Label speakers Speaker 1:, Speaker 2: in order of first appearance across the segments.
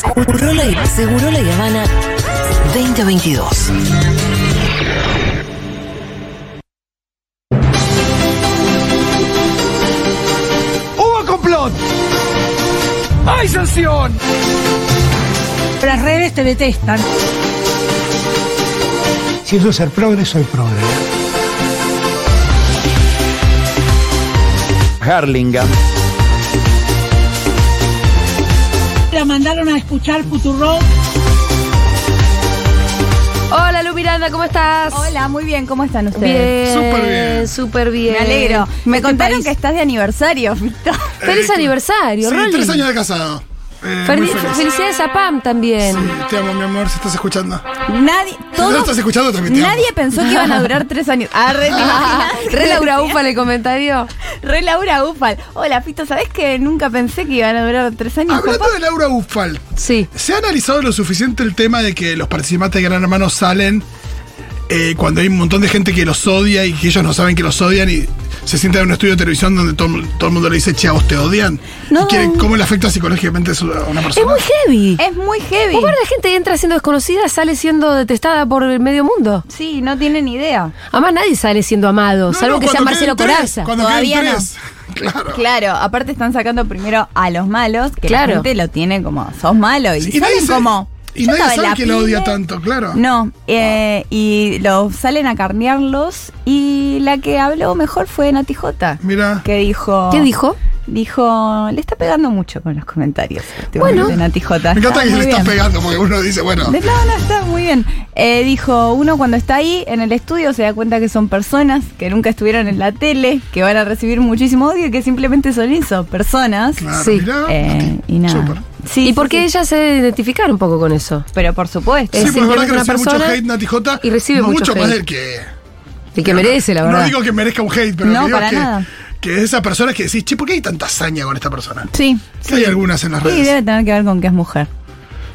Speaker 1: Seguro la, seguro la Habana 2022.
Speaker 2: ¡Hubo complot! ¡Hay sanción!
Speaker 3: Las redes te detestan.
Speaker 4: Quiero ser progre, soy progre.
Speaker 5: Harlingham.
Speaker 3: La mandaron a escuchar Puturro.
Speaker 6: Hola Lu Miranda, ¿cómo estás?
Speaker 7: Hola, muy bien, ¿cómo están ustedes?
Speaker 6: Bien.
Speaker 2: Súper bien.
Speaker 6: Súper bien.
Speaker 7: Me alegro. Me
Speaker 6: Este
Speaker 7: contaron
Speaker 6: país.
Speaker 7: que estás de aniversario, Fito.
Speaker 6: Feliz
Speaker 2: Eh,
Speaker 6: aniversario,
Speaker 2: Sí,
Speaker 6: Rolly.
Speaker 2: tres años de casado. Eh,
Speaker 6: Ferdi-
Speaker 2: muy feliz.
Speaker 6: Felicidades a Pam también.
Speaker 2: Sí, te amo, mi amor, si estás escuchando.
Speaker 7: Nadie,
Speaker 2: Si no lo
Speaker 7: todos,
Speaker 2: estás escuchando, también te amo.
Speaker 7: nadie pensó que iban a durar tres años. Ah, re, ¿te imaginas?
Speaker 6: Re Laura Ufa le comentario.
Speaker 7: Re Laura Ufal. Hola, Fito, ¿sabés que nunca pensé que iban a durar tres años?
Speaker 2: Hablando
Speaker 7: papá?
Speaker 2: de Laura Ufal,
Speaker 6: Sí.
Speaker 2: ¿se ha analizado lo suficiente el tema de que los participantes de Gran Hermano salen eh, cuando hay un montón de gente que los odia y que ellos no saben que los odian y se sientan en un estudio de televisión donde todo, todo el mundo le dice, che, a vos te odian?
Speaker 6: No.
Speaker 2: ¿Y quieren- ¿Cómo le afecta psicológicamente eso a una
Speaker 6: Es
Speaker 2: persona?
Speaker 6: muy heavy.
Speaker 7: Es muy heavy.
Speaker 6: Un par de gente entra siendo desconocida, sale siendo detestada por el medio mundo.
Speaker 7: Sí, no tienen idea.
Speaker 6: Además, nadie sale siendo amado,
Speaker 2: No,
Speaker 6: salvo
Speaker 2: no,
Speaker 6: que sea
Speaker 2: cuando
Speaker 6: Marcelo
Speaker 2: queden tres,
Speaker 6: Coraza.
Speaker 2: Cuando
Speaker 7: Todavía
Speaker 2: queden
Speaker 7: no.
Speaker 2: tres. Claro.
Speaker 7: Claro, aparte están sacando primero a los malos, que
Speaker 6: Claro.
Speaker 7: la gente lo tiene como, sos malo, y,
Speaker 2: Sí, y nadie
Speaker 7: salen
Speaker 2: se-
Speaker 7: como...
Speaker 2: y
Speaker 7: "Yo
Speaker 2: nadie
Speaker 7: estaba en
Speaker 2: sabe
Speaker 7: la
Speaker 2: que lo odia
Speaker 7: pile".
Speaker 2: tanto, claro.
Speaker 7: No, eh, y los salen a carnearlos, y la que habló mejor fue Nati Jota,
Speaker 2: Mira.
Speaker 7: que dijo...
Speaker 6: ¿Qué dijo?
Speaker 7: Dijo, le está pegando mucho con los comentarios. últimamente,
Speaker 6: Bueno.
Speaker 7: Nati Jota.
Speaker 2: Me
Speaker 7: Está
Speaker 2: encanta que se
Speaker 7: muy
Speaker 2: le está
Speaker 7: bien.
Speaker 2: pegando porque uno dice, bueno.
Speaker 7: De- No, no, está muy bien. Eh, dijo, uno cuando está ahí en el estudio se da cuenta que son personas que nunca estuvieron en la tele, que van a recibir muchísimo odio y que simplemente son eso, personas.
Speaker 2: Claro,
Speaker 6: Sí.
Speaker 2: mirá,
Speaker 7: Eh, y nada.
Speaker 2: Súper.
Speaker 7: Sí,
Speaker 6: y
Speaker 7: sí,
Speaker 6: porque
Speaker 7: sí.
Speaker 6: ella se identificar un poco con eso.
Speaker 7: Pero por supuesto.
Speaker 2: Sí,
Speaker 6: Es
Speaker 2: porque es verdad que
Speaker 6: simplemente
Speaker 2: recibe
Speaker 6: una
Speaker 2: mucho
Speaker 6: persona
Speaker 2: hate Nati Jota.
Speaker 6: y recibe mucho
Speaker 2: más
Speaker 6: hate.
Speaker 2: del que.
Speaker 6: Y que merece, la verdad.
Speaker 2: No digo que merezca un hate, pero
Speaker 7: No,
Speaker 2: digo
Speaker 7: para
Speaker 2: que,
Speaker 7: nada.
Speaker 2: que es esa persona que decís, che, ¿por qué hay tanta hazaña con esta persona?
Speaker 7: Sí.
Speaker 2: Que hay algunas en las
Speaker 7: Sí,
Speaker 2: redes.
Speaker 7: debe tener que ver con que es mujer. Yo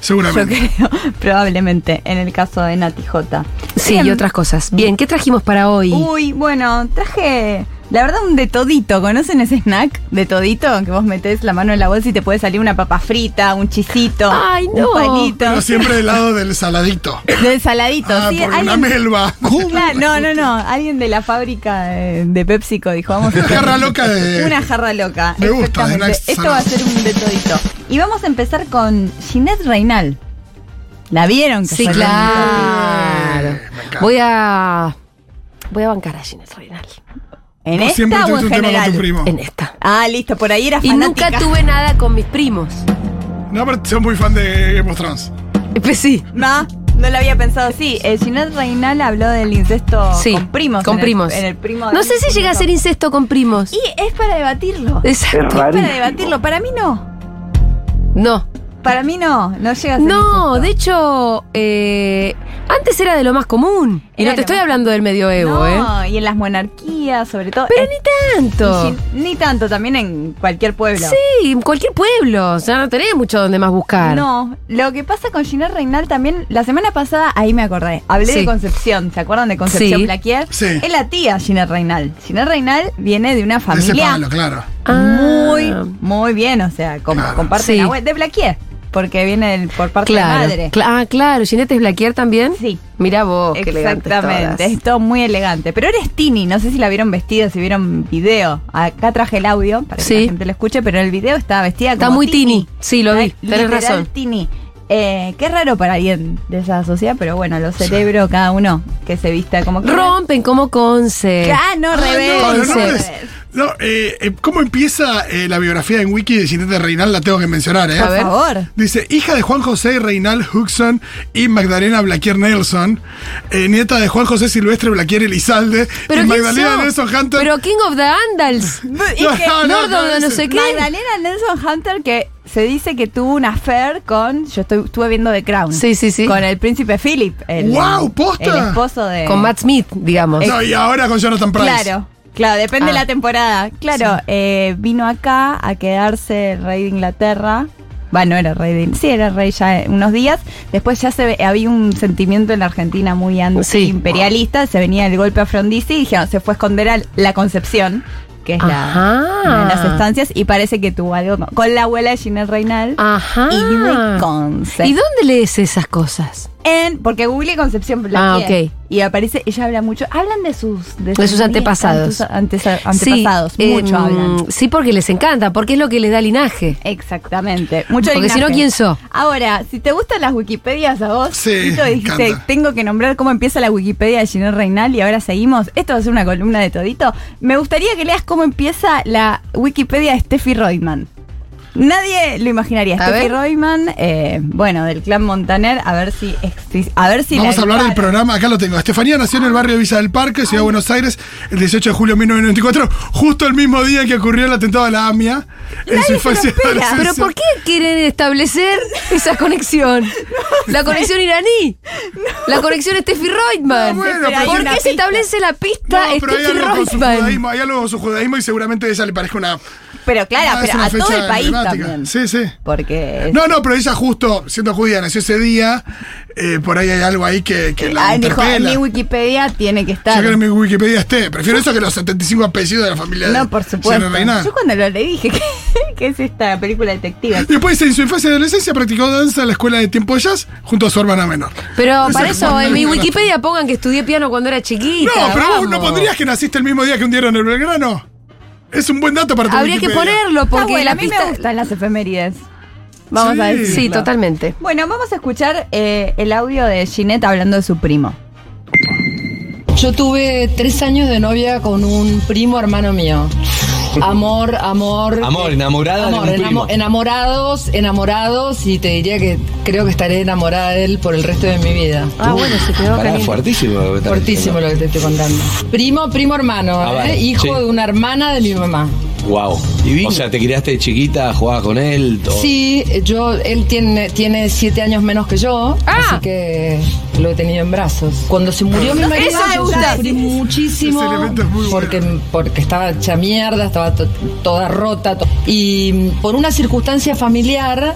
Speaker 2: Seguramente.
Speaker 7: creo, probablemente, en el caso de Nati J.
Speaker 6: Sí,
Speaker 7: Bien.
Speaker 6: y otras cosas. Bien, ¿qué trajimos para hoy?
Speaker 7: Uy, bueno, traje. La verdad, un de todito. ¿Conocen ese snack de todito? Que vos metés la mano en la bolsa y te puede salir una papa frita, un chisito,
Speaker 6: Ay, no.
Speaker 7: un palito.
Speaker 2: Pero siempre del lado del saladito.
Speaker 7: Del saladito.
Speaker 2: Ah,
Speaker 7: sí,
Speaker 2: porque una melva.
Speaker 7: Claro, no, no, no. Alguien de la fábrica de, de PepsiCo dijo, vamos a
Speaker 2: Una
Speaker 7: hacer
Speaker 2: jarra loca de-
Speaker 7: Una jarra loca.
Speaker 2: Me gusta,
Speaker 7: exactamente.
Speaker 2: de snacks
Speaker 7: Esto va a ser un de todito. Y vamos a empezar con Ginette Reinal. ¿La vieron? que
Speaker 6: Sí,
Speaker 7: salió en
Speaker 6: claro.
Speaker 2: Me encanta.
Speaker 6: Voy a. Voy a bancar a Ginette Reinal.
Speaker 7: ¿En
Speaker 2: Vos siempre
Speaker 7: esta o
Speaker 2: tuviste
Speaker 7: en
Speaker 2: un tema con tu
Speaker 7: general?
Speaker 2: primo.
Speaker 6: En esta.
Speaker 7: Ah, listo, por ahí era
Speaker 6: Y
Speaker 7: fanática.
Speaker 6: nunca tuve nada con mis primos.
Speaker 2: No, pero soy muy fan de Game of Thrones.
Speaker 6: Pues sí.
Speaker 7: No, no lo había pensado. Sí, eh, Ginette Reinal habló del incesto
Speaker 6: Sí.
Speaker 7: con primos.
Speaker 6: Con
Speaker 7: en el-
Speaker 6: primos.
Speaker 7: en el primo
Speaker 6: No
Speaker 7: del
Speaker 6: sé si llega a ser incesto con primos.
Speaker 7: Y es para debatirlo. Es
Speaker 6: Exacto.
Speaker 7: para debatirlo. Para mí no.
Speaker 6: No.
Speaker 7: Para mí no. No llega a ser
Speaker 6: No,
Speaker 7: incesto.
Speaker 6: de hecho, eh, antes era de lo más común. Y
Speaker 7: Era
Speaker 6: no
Speaker 7: lo
Speaker 6: te estoy
Speaker 7: más-
Speaker 6: hablando del medioevo, ¿eh?
Speaker 7: No, y en las monarquías, sobre todo.
Speaker 6: Pero
Speaker 7: Es-
Speaker 6: ni
Speaker 7: y
Speaker 6: tanto.
Speaker 7: sin- ni tanto, también en cualquier pueblo.
Speaker 6: Sí, en cualquier pueblo. O sea, no tenés mucho donde más buscar.
Speaker 7: No, lo que pasa con Ginette Reinal también, la semana pasada, ahí me acordé, hablé
Speaker 6: Sí.
Speaker 7: de Concepción, ¿se acuerdan de Concepción
Speaker 6: Sí.
Speaker 7: Plaquier?
Speaker 2: Sí.
Speaker 7: Es la tía Ginette Reinal. Ginette Reinal viene de una
Speaker 2: De ese
Speaker 7: familia
Speaker 2: palo, claro.
Speaker 7: muy,
Speaker 6: Ah.
Speaker 7: muy bien, o sea, com-
Speaker 2: Claro.
Speaker 7: comparte
Speaker 6: Sí.
Speaker 7: la web de Blaquier, porque viene del- por parte
Speaker 6: Claro.
Speaker 7: de madre.
Speaker 6: Cla- ah, claro. Ginette es Blaquier también.
Speaker 7: Sí.
Speaker 6: Mira vos, Oh, qué elegantes
Speaker 7: Exactamente,
Speaker 6: todas.
Speaker 7: es todo muy elegante. Pero eres Tini, no sé si la vieron vestida, si vieron video. Acá traje el audio para que
Speaker 6: Sí.
Speaker 7: la gente lo escuche, pero en el video estaba vestida
Speaker 6: Está
Speaker 7: como
Speaker 6: muy Tini. Sí, lo vi,
Speaker 7: Ay,
Speaker 6: tenés
Speaker 7: literal
Speaker 6: razón.
Speaker 7: Tini. Eh, qué raro para alguien de esa sociedad, pero bueno, los cerebros, cada uno que se vista como que.
Speaker 6: Rompen como Conce.
Speaker 7: ¡Ah, no, rebelde!
Speaker 2: No, no, no,
Speaker 6: Entonces-
Speaker 2: es- no, eh, eh, ¿Cómo empieza eh, la biografía en Wiki de Ginette Reinal? La tengo que mencionar, ¿eh?
Speaker 6: A ver.
Speaker 7: Por favor.
Speaker 2: Dice, hija de Juan José Reinal Huxon y Magdalena Blaquier Nelson, eh, nieta de Juan José Silvestre Blaquier Elizalde
Speaker 6: Pero
Speaker 2: y
Speaker 6: ¿quién
Speaker 2: Magdalena
Speaker 6: sos?
Speaker 2: Nelson Hunter.
Speaker 6: Pero King of the Andals.
Speaker 2: No, no,
Speaker 6: Nordo
Speaker 2: no,
Speaker 6: de no
Speaker 2: ese-
Speaker 6: sé qué.
Speaker 7: Magdalena Nelson Hunter que se dice que tuvo una affair con. Yo estoy, estuve viendo The Crown.
Speaker 6: Sí, sí, sí.
Speaker 7: Con el príncipe Philip. El,
Speaker 2: ¡Guau, posta!
Speaker 7: El esposo de.
Speaker 6: Con Matt Smith, digamos.
Speaker 2: No, y ahora con Jonathan Price.
Speaker 7: Claro. Claro, depende de
Speaker 6: Ah.
Speaker 7: la temporada. Claro, eh, vino acá a quedarse el rey de Inglaterra. Bueno, era rey de Sí, era rey ya eh, unos días. Después ya se ve- había un sentimiento en la Argentina muy
Speaker 6: Sí.
Speaker 7: "Ah, anti-imperialista. Se venía el golpe a Frondizi y dijeron, se fue a esconder a la Concepción, que es la,
Speaker 6: Ajá.
Speaker 7: una de las estancias, y parece que tuvo algo con, con la abuela de Ginette Reinal
Speaker 6: Ajá.
Speaker 7: y de Conce.
Speaker 6: ¿Y dónde lees esas cosas?
Speaker 7: En- porque Google Concepción Blaquier.
Speaker 6: Ah, ok.
Speaker 7: Y aparece, ella habla mucho, hablan de sus...
Speaker 6: De sus
Speaker 7: nietas,
Speaker 6: antepasados.
Speaker 7: sus antes- antepasados,
Speaker 6: Sí,
Speaker 7: mucho
Speaker 6: em,
Speaker 7: hablan. Eh,
Speaker 6: Sí, porque les encanta, porque es lo que les da linaje.
Speaker 7: Exactamente. Mucho
Speaker 6: Porque si no,
Speaker 7: linaje.
Speaker 6: ¿quién sos?
Speaker 7: Ahora, si te gustan las Wikipedias a vos,
Speaker 2: Sí,
Speaker 7: Tito,
Speaker 2: me
Speaker 7: dijiste,
Speaker 2: encanta.
Speaker 7: tengo que nombrar cómo empieza la Wikipedia de Ginés Reinal y ahora seguimos. Esto va a ser una columna de todito. Me gustaría que leas cómo empieza la Wikipedia de Steffi Reutemann. Nadie lo imaginaría.
Speaker 6: A
Speaker 7: Steffi
Speaker 6: ver.
Speaker 7: Reutemann, eh, bueno, del clan Montaner, a ver si. exi- A ver si
Speaker 2: Vamos
Speaker 7: la
Speaker 2: a hablar del
Speaker 7: encuadran.
Speaker 2: programa, acá lo tengo. Estefanía nació en el barrio de Villa del Parque, Ciudad de Buenos Aires, el 18 de julio de 1994, justo el mismo día que ocurrió el atentado a la AMIA. En su infancia y
Speaker 7: espera.
Speaker 6: Pero
Speaker 2: adolescencia.
Speaker 6: ¿por qué quieren establecer esa conexión? la conexión iraní. La conexión Steffi Reutemann.
Speaker 2: No, bueno,
Speaker 7: pero hay
Speaker 6: ¿Por
Speaker 7: una
Speaker 6: qué se
Speaker 7: pista.
Speaker 6: establece la pista
Speaker 2: No, pero hay
Speaker 6: Steffi
Speaker 2: algo, con su
Speaker 6: Reutemann?
Speaker 2: judaísmo, hay algo con su judaísmo y seguramente a ella le parezca una.
Speaker 7: Pero claro,
Speaker 2: Ah, es
Speaker 7: pero
Speaker 2: una
Speaker 7: a todo
Speaker 2: fecha
Speaker 7: el país
Speaker 2: emblemática.
Speaker 7: también.
Speaker 2: Sí, sí.
Speaker 7: Porque.
Speaker 2: No, no, pero ella justo, siendo judía, nació ese día. eh, por ahí hay algo ahí que, que la
Speaker 7: Ah, dijo, en
Speaker 2: interpela.
Speaker 7: mi Wikipedia tiene que estar.
Speaker 2: Yo creo que mi Wikipedia esté. Prefiero eso que los 75 apellidos de la familia de
Speaker 7: No, por supuesto.
Speaker 2: Jenner Reynal.
Speaker 7: Yo cuando lo leí dije, ¿qué, qué es esta película detectiva?
Speaker 2: Y Después, en su infancia y adolescencia, practicó danza en la escuela de tiempo de jazz junto a su hermana menor.
Speaker 6: Pero
Speaker 2: Esa
Speaker 6: para
Speaker 2: es
Speaker 6: eso
Speaker 2: una
Speaker 6: en mi
Speaker 2: linda
Speaker 6: Wikipedia pongan que estudié piano cuando era
Speaker 2: No,
Speaker 6: chiquita.
Speaker 2: pero vos no
Speaker 6: vamos.
Speaker 2: pondrías que naciste el mismo día que hundieron el Belgrano. Es un buen dato para tu
Speaker 6: Habría que
Speaker 2: Wikipedia.
Speaker 6: ponerlo
Speaker 7: Está
Speaker 6: porque
Speaker 7: Ah, bueno,
Speaker 6: la
Speaker 7: a mí
Speaker 6: pista.
Speaker 7: me gustan las efemérides. Vamos
Speaker 2: Sí.
Speaker 7: a ver.
Speaker 6: Sí, totalmente.
Speaker 7: Bueno, vamos a escuchar eh, el audio de Ginette hablando de su primo.
Speaker 5: Yo tuve tres años de novia con un primo hermano mío. Amor, amor.
Speaker 8: Amor, enamorada
Speaker 5: Amor,
Speaker 8: de un
Speaker 5: enamo-
Speaker 8: primo.
Speaker 5: enamorados, enamorados y te diría que creo que estaré enamorada de él por el resto de mi vida.
Speaker 6: Ah, bueno, se quedó
Speaker 8: Pará,
Speaker 6: caliente.
Speaker 8: fuertísimo. lo que estás
Speaker 5: Fortísimo lo que te estoy contando. Primo, primo hermano,
Speaker 8: Ah,
Speaker 5: ¿eh?
Speaker 8: vale,
Speaker 5: hijo
Speaker 8: sí.
Speaker 5: de una hermana de mi mamá.
Speaker 8: diciendo. Guau. O sea, te criaste de chiquita, jugabas con él. todo.
Speaker 5: Sí, yo, él tiene, tiene siete años menos que yo,
Speaker 6: Ah.
Speaker 5: así que lo he tenido en brazos. Cuando se murió mi marido,
Speaker 6: Eso me
Speaker 5: yo
Speaker 6: gusta.
Speaker 5: sufrí muchísimo
Speaker 2: Ese elemento es muy bueno.
Speaker 5: porque, porque estaba hecha mierda, estaba to- toda rota. to- y mm, por una circunstancia familiar,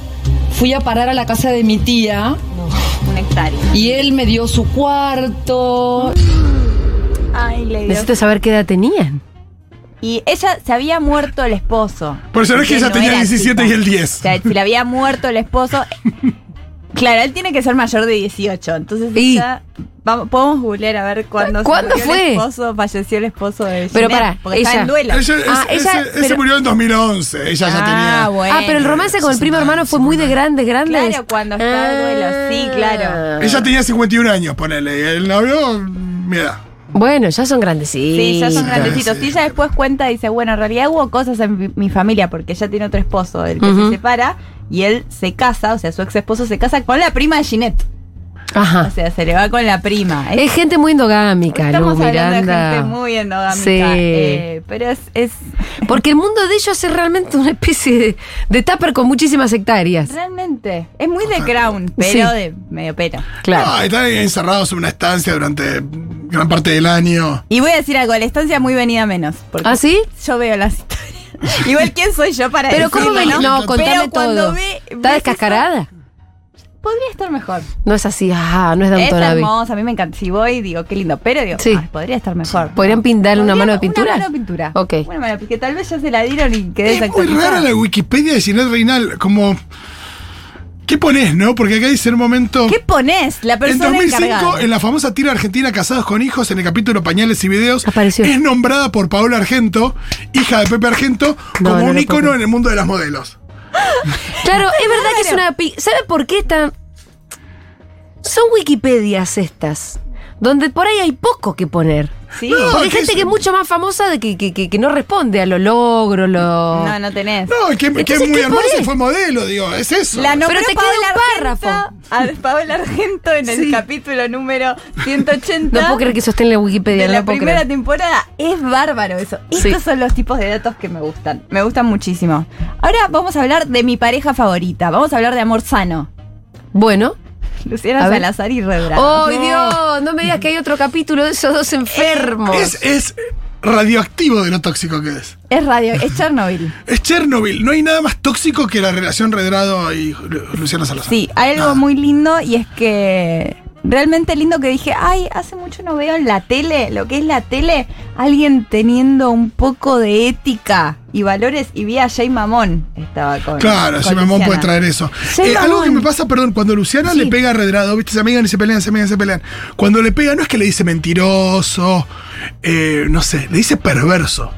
Speaker 5: fui a parar a la casa de mi tía
Speaker 7: Un hectárea.
Speaker 5: y él me dio su cuarto.
Speaker 7: Ay, le dio.
Speaker 6: Necesito saber qué edad tenían.
Speaker 7: Y ella se había muerto el esposo.
Speaker 2: Por eso no es que
Speaker 7: Porque
Speaker 2: ella tenía
Speaker 7: era
Speaker 2: 17 y
Speaker 7: chica.
Speaker 2: el 10.
Speaker 7: O sea, si le había muerto el esposo. Claro, él tiene que ser mayor de 18. Entonces
Speaker 6: Y-
Speaker 7: ella- vamos, podemos googlear a ver cuándo, se
Speaker 6: ¿Cuándo
Speaker 7: murió El
Speaker 6: fue?
Speaker 7: esposo, falleció el esposo de
Speaker 6: Pero
Speaker 7: Ginette,
Speaker 6: pará,
Speaker 7: porque está
Speaker 6: ella-
Speaker 7: en duelo.
Speaker 2: Ella-
Speaker 6: Ah,
Speaker 2: ese,
Speaker 6: ella-
Speaker 2: ese
Speaker 6: pero-
Speaker 2: murió en 2011. Ella ya tenía.
Speaker 7: Ah, bueno.
Speaker 6: ah, pero el romance con el primo hermano fue muy de grande, grande.
Speaker 7: Claro, cuando estaba en duelo, sí, claro.
Speaker 2: Ah. Ella tenía 51 años, ponele. y El novio, mi edad.
Speaker 6: Bueno, ya son grandecitos.
Speaker 7: Sí, ya son
Speaker 2: Sí,
Speaker 7: grandecitos.
Speaker 2: sí.
Speaker 7: Y ella después cuenta y dice, bueno, en realidad hubo cosas en mi, mi familia, porque ella tiene otro esposo, el que
Speaker 6: Ujú.
Speaker 7: se separa, y él se casa, o sea, su ex esposo se casa con la prima de Ginette. O
Speaker 6: Ajá.
Speaker 7: sea, se le va con la prima. Es-
Speaker 6: Es gente muy endogámica, Lu
Speaker 7: Estamos hablando
Speaker 6: Miranda.
Speaker 7: de gente muy endogámica.
Speaker 6: Sí.
Speaker 7: eh, pero es, es-
Speaker 6: Porque el mundo de ellos es realmente una especie de, de tupper con muchísimas hectáreas.
Speaker 7: realmente, es muy de crown, pero
Speaker 6: Sí.
Speaker 7: de medio pelo.
Speaker 6: Claro.
Speaker 2: No, Ah, están encerrados en una estancia durante gran parte del año.
Speaker 7: Y voy a decir algo, la estancia muy venida menos. Porque
Speaker 6: ¿Ah, sí?
Speaker 7: Yo veo las historias. Igual, ¿quién soy yo para
Speaker 6: Pero ¿cómo
Speaker 7: decirlo,
Speaker 6: ven?
Speaker 7: no?
Speaker 6: No, contame
Speaker 7: Pero cuando
Speaker 6: todo.
Speaker 7: ve-
Speaker 6: ¿Está
Speaker 7: ves
Speaker 6: descascarada?
Speaker 7: eso, Podría estar mejor.
Speaker 6: No es así, ajá, no es
Speaker 7: Es
Speaker 6: Dantonavi.
Speaker 7: hermosa, a mí me encanta. Si voy, digo, qué lindo. Pero digo,
Speaker 6: Sí.
Speaker 7: ay, podría estar mejor.
Speaker 6: ¿Podrían pintarle una
Speaker 7: Podría-
Speaker 6: mano de pintura?
Speaker 7: Una mano de pintura.
Speaker 6: Ok.
Speaker 7: Una mano, porque tal vez ya se la dieron y quedé
Speaker 2: Es muy
Speaker 7: desactualizada.
Speaker 2: rara la Wikipedia de Ginette Reinal. Como. ¿Qué pones, no? Porque acá dice en un momento.
Speaker 7: ¿Qué pones? La
Speaker 2: En
Speaker 7: persona
Speaker 2: 2005,
Speaker 7: encargada.
Speaker 2: en la famosa tira argentina Casados con Hijos, en el capítulo Pañales y Videos,
Speaker 6: Apareció.
Speaker 2: es nombrada por Paola Argento, hija de Pepe Argento,
Speaker 6: No,
Speaker 2: como
Speaker 6: no
Speaker 2: un
Speaker 6: lo puedo
Speaker 2: ícono
Speaker 6: creer.
Speaker 2: en el mundo de las modelos.
Speaker 6: Claro, es verdad que es una... pi- ¿Sabe por qué están...? Son Wikipedias estas, donde por ahí hay poco que poner.
Speaker 7: Sí.
Speaker 2: No,
Speaker 6: Porque hay
Speaker 2: que
Speaker 6: gente
Speaker 2: es-
Speaker 6: que es mucho más famosa de que, que- que- que no responde a los logros, lo...
Speaker 7: No, no tenés.
Speaker 2: No, que, que es
Speaker 6: Entonces,
Speaker 2: muy
Speaker 6: ¿qué
Speaker 2: hermosa
Speaker 6: ponés?
Speaker 2: y fue modelo, digo, es eso.
Speaker 7: La nombró
Speaker 6: Pero te queda
Speaker 7: Paola
Speaker 6: un
Speaker 7: Argento, A Paola Argento en el
Speaker 6: Sí.
Speaker 7: capítulo número 180.
Speaker 6: No puedo creer que sostén la Wikipedia,
Speaker 7: de
Speaker 6: no
Speaker 7: la
Speaker 6: lo puedo
Speaker 7: primera
Speaker 6: creer.
Speaker 7: temporada es bárbaro eso. Estos
Speaker 6: Sí.
Speaker 7: son los tipos de datos que me gustan. Me gustan muchísimo. Ahora vamos a hablar de mi pareja favorita. Vamos a hablar de amor sano.
Speaker 6: Bueno.
Speaker 7: Luciana
Speaker 6: A ver.
Speaker 7: Salazar y Rebra.
Speaker 6: ¡Ay, Dios! No me digas que hay otro capítulo de esos
Speaker 7: Eh,
Speaker 6: dos enfermos.
Speaker 2: es, es radioactivo de lo tóxico que es.
Speaker 7: Es radio, es Chernobyl.
Speaker 2: Es Chernobyl, no hay nada más tóxico que la relación Redrado y Lu- Luciana Salazar.
Speaker 7: Sí, ah, hay algo
Speaker 2: Nada.
Speaker 7: muy lindo y es que realmente lindo que dije, ay, hace mucho no veo en la tele, lo que es la tele, alguien teniendo un poco de ética y valores y vi a Jay Mamón estaba con
Speaker 2: Claro,
Speaker 7: con
Speaker 2: ese mamón
Speaker 7: Luciana.
Speaker 2: puede traer eso.
Speaker 7: Jay
Speaker 2: Eh, algo que
Speaker 7: Mamón.
Speaker 2: me pasa, perdón, cuando Luciana le pega a Redrado, viste, se amigan y se pelean, se amigan y se pelean. Cuando le pega, no es que le dice mentiroso, eh, no sé, le dice perverso.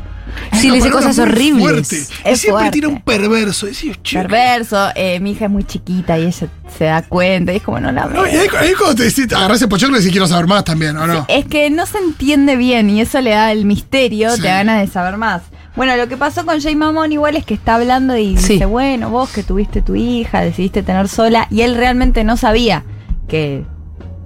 Speaker 2: Es
Speaker 6: Sí, le
Speaker 2: una
Speaker 6: dice
Speaker 2: palabra
Speaker 6: cosas
Speaker 2: muy
Speaker 6: horribles.
Speaker 2: fuerte. y
Speaker 7: Es
Speaker 2: siempre
Speaker 7: fuerte.
Speaker 2: tira un perverso. Y dice, "Che,
Speaker 7: Perverso, eh, mi hija es muy chiquita y ella se da cuenta y es como no la veo.
Speaker 2: No, y ahí, ahí cuando te decís, agarrás el pochoclo y decís, quiero saber más también, ¿o no?
Speaker 7: Es que no se entiende bien y eso le da el misterio,
Speaker 2: Sí.
Speaker 7: te da ganas de saber más. Bueno, lo que pasó con Jay Mamón igual es que está hablando y
Speaker 6: Sí.
Speaker 7: dice, bueno, vos que tuviste tu hija, decidiste tener sola, y él realmente no sabía que,